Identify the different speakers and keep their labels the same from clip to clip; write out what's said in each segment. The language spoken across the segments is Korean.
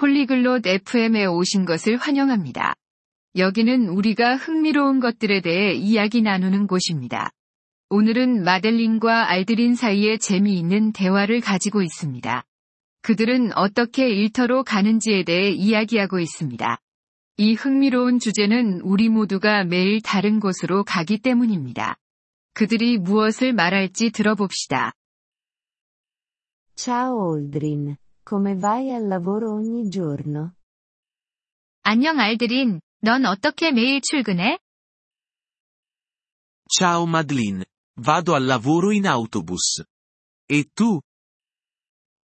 Speaker 1: 폴리글롯 FM에 오신 것을 환영합니다. 여기는 우리가 흥미로운 것들에 대해 이야기 나누는 곳입니다. 오늘은 마델린과 알드린 사이에 재미있는 대화를 가지고 있습니다. 그들은 어떻게 일터로 가는지에 대해 이야기하고 있습니다. 이 흥미로운 주제는 우리 모두가 매일 다른 곳으로 가기 때문입니다. 그들이 무엇을 말할지 들어봅시다.
Speaker 2: Ciao Oldrin, come vai al lavoro ogni giorno?
Speaker 1: 안녕 알드린, 넌 어떻게 매일 출근해?
Speaker 3: Ciao Madeline. Vado al lavoro in autobus. E tu?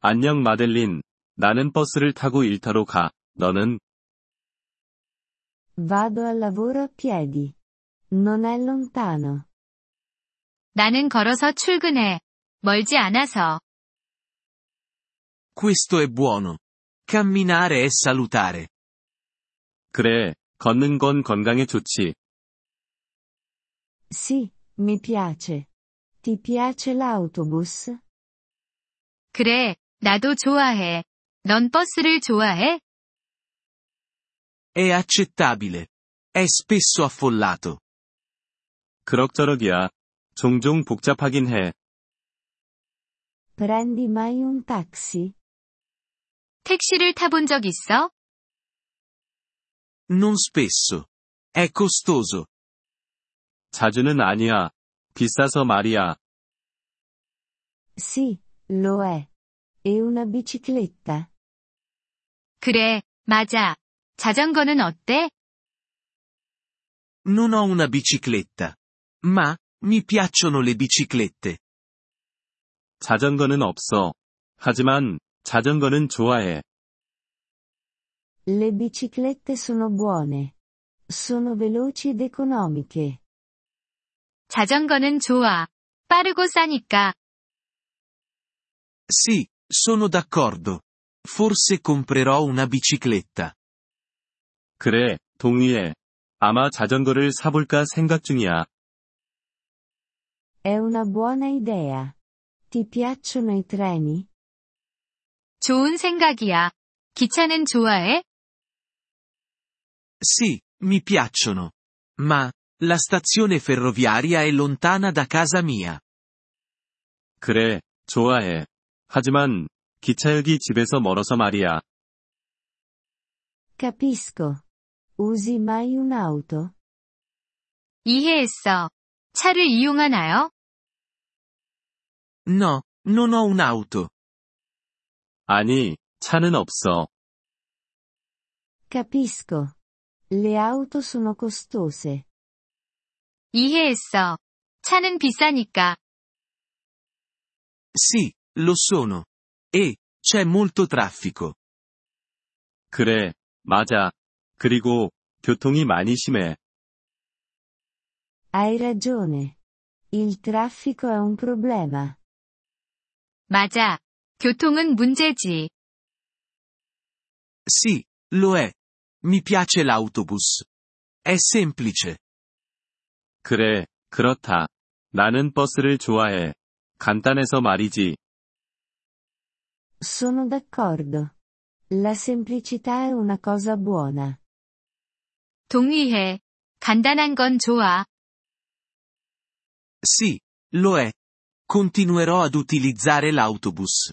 Speaker 4: 안녕 마델린. 나는 버스를 타고 일터로 가. 너는?
Speaker 2: Vado al lavoro a piedi. Non è lontano.
Speaker 1: 나는 걸어서 출근해. 멀지 않아서.
Speaker 3: Questo è buono. Camminare è salutare.
Speaker 4: 그래. 걷는 건 건강에 좋지.
Speaker 2: Sì, mi piace. Ti piace l'autobus?
Speaker 1: 그래, 나도 좋아해. 넌 버스를 좋아해?
Speaker 3: È accettabile. È spesso affollato.
Speaker 4: 그럭저럭이야. 종종 복잡하긴 해.
Speaker 2: Prendi mai un taxi?
Speaker 1: 택시를 타본 적 있어?
Speaker 3: Non spesso. È costoso.
Speaker 4: 자주는 아니야. 비싸서 말이야.
Speaker 2: Sì, lo è. E una bicicletta?
Speaker 1: 그래, 맞아. 자전거는 어때?
Speaker 3: Non ho una bicicletta. Ma, mi piacciono le biciclette.
Speaker 4: 자전거는 없어. 하지만 자전거는 좋아해.
Speaker 2: Le biciclette sono buone. Sono veloci ed economiche.
Speaker 1: 자전거는 좋아. 빠르고 싸니까.
Speaker 3: Sì, sono d'accordo. Forse comprerò una bicicletta.
Speaker 4: 그래. 동의해. 아마 자전거를 사볼까 생각 중이야.
Speaker 2: È una buona idea. Ti piacciono i treni?
Speaker 1: 좋은 생각이야. 기차는 좋아해?
Speaker 3: Sì, mi piacciono. Ma, la stazione ferroviaria è lontana da casa mia.
Speaker 4: 그래. 좋아해. 하지만 기차역이 집에서 멀어서 말이야.
Speaker 2: Capisco. Usi mai un'auto?
Speaker 1: 이해했어. 차를 이용하나요?
Speaker 3: No, non ho un'auto.
Speaker 4: 아니, 차는 없어.
Speaker 2: Capisco. Le auto sono costose.
Speaker 1: 이해했어. 차는 비싸니까.
Speaker 3: Sì, lo sono. E, c'è molto traffico.
Speaker 4: 그래. 맞아. 그리고 교통이 많이 심해.
Speaker 2: Hai ragione. Il traffico è un problema.
Speaker 1: 맞아. 교통은 문제지.
Speaker 3: Sì, lo è. Mi piace l'autobus. È semplice.
Speaker 4: 그래, 그렇다. 나는 버스를 좋아해. 간단해서 말이지.
Speaker 2: Sono d'accordo. La semplicità è una cosa buona.
Speaker 1: 동의해. 간단한 건 좋아.
Speaker 3: Sì, lo è. Continuerò ad utilizzare l'autobus.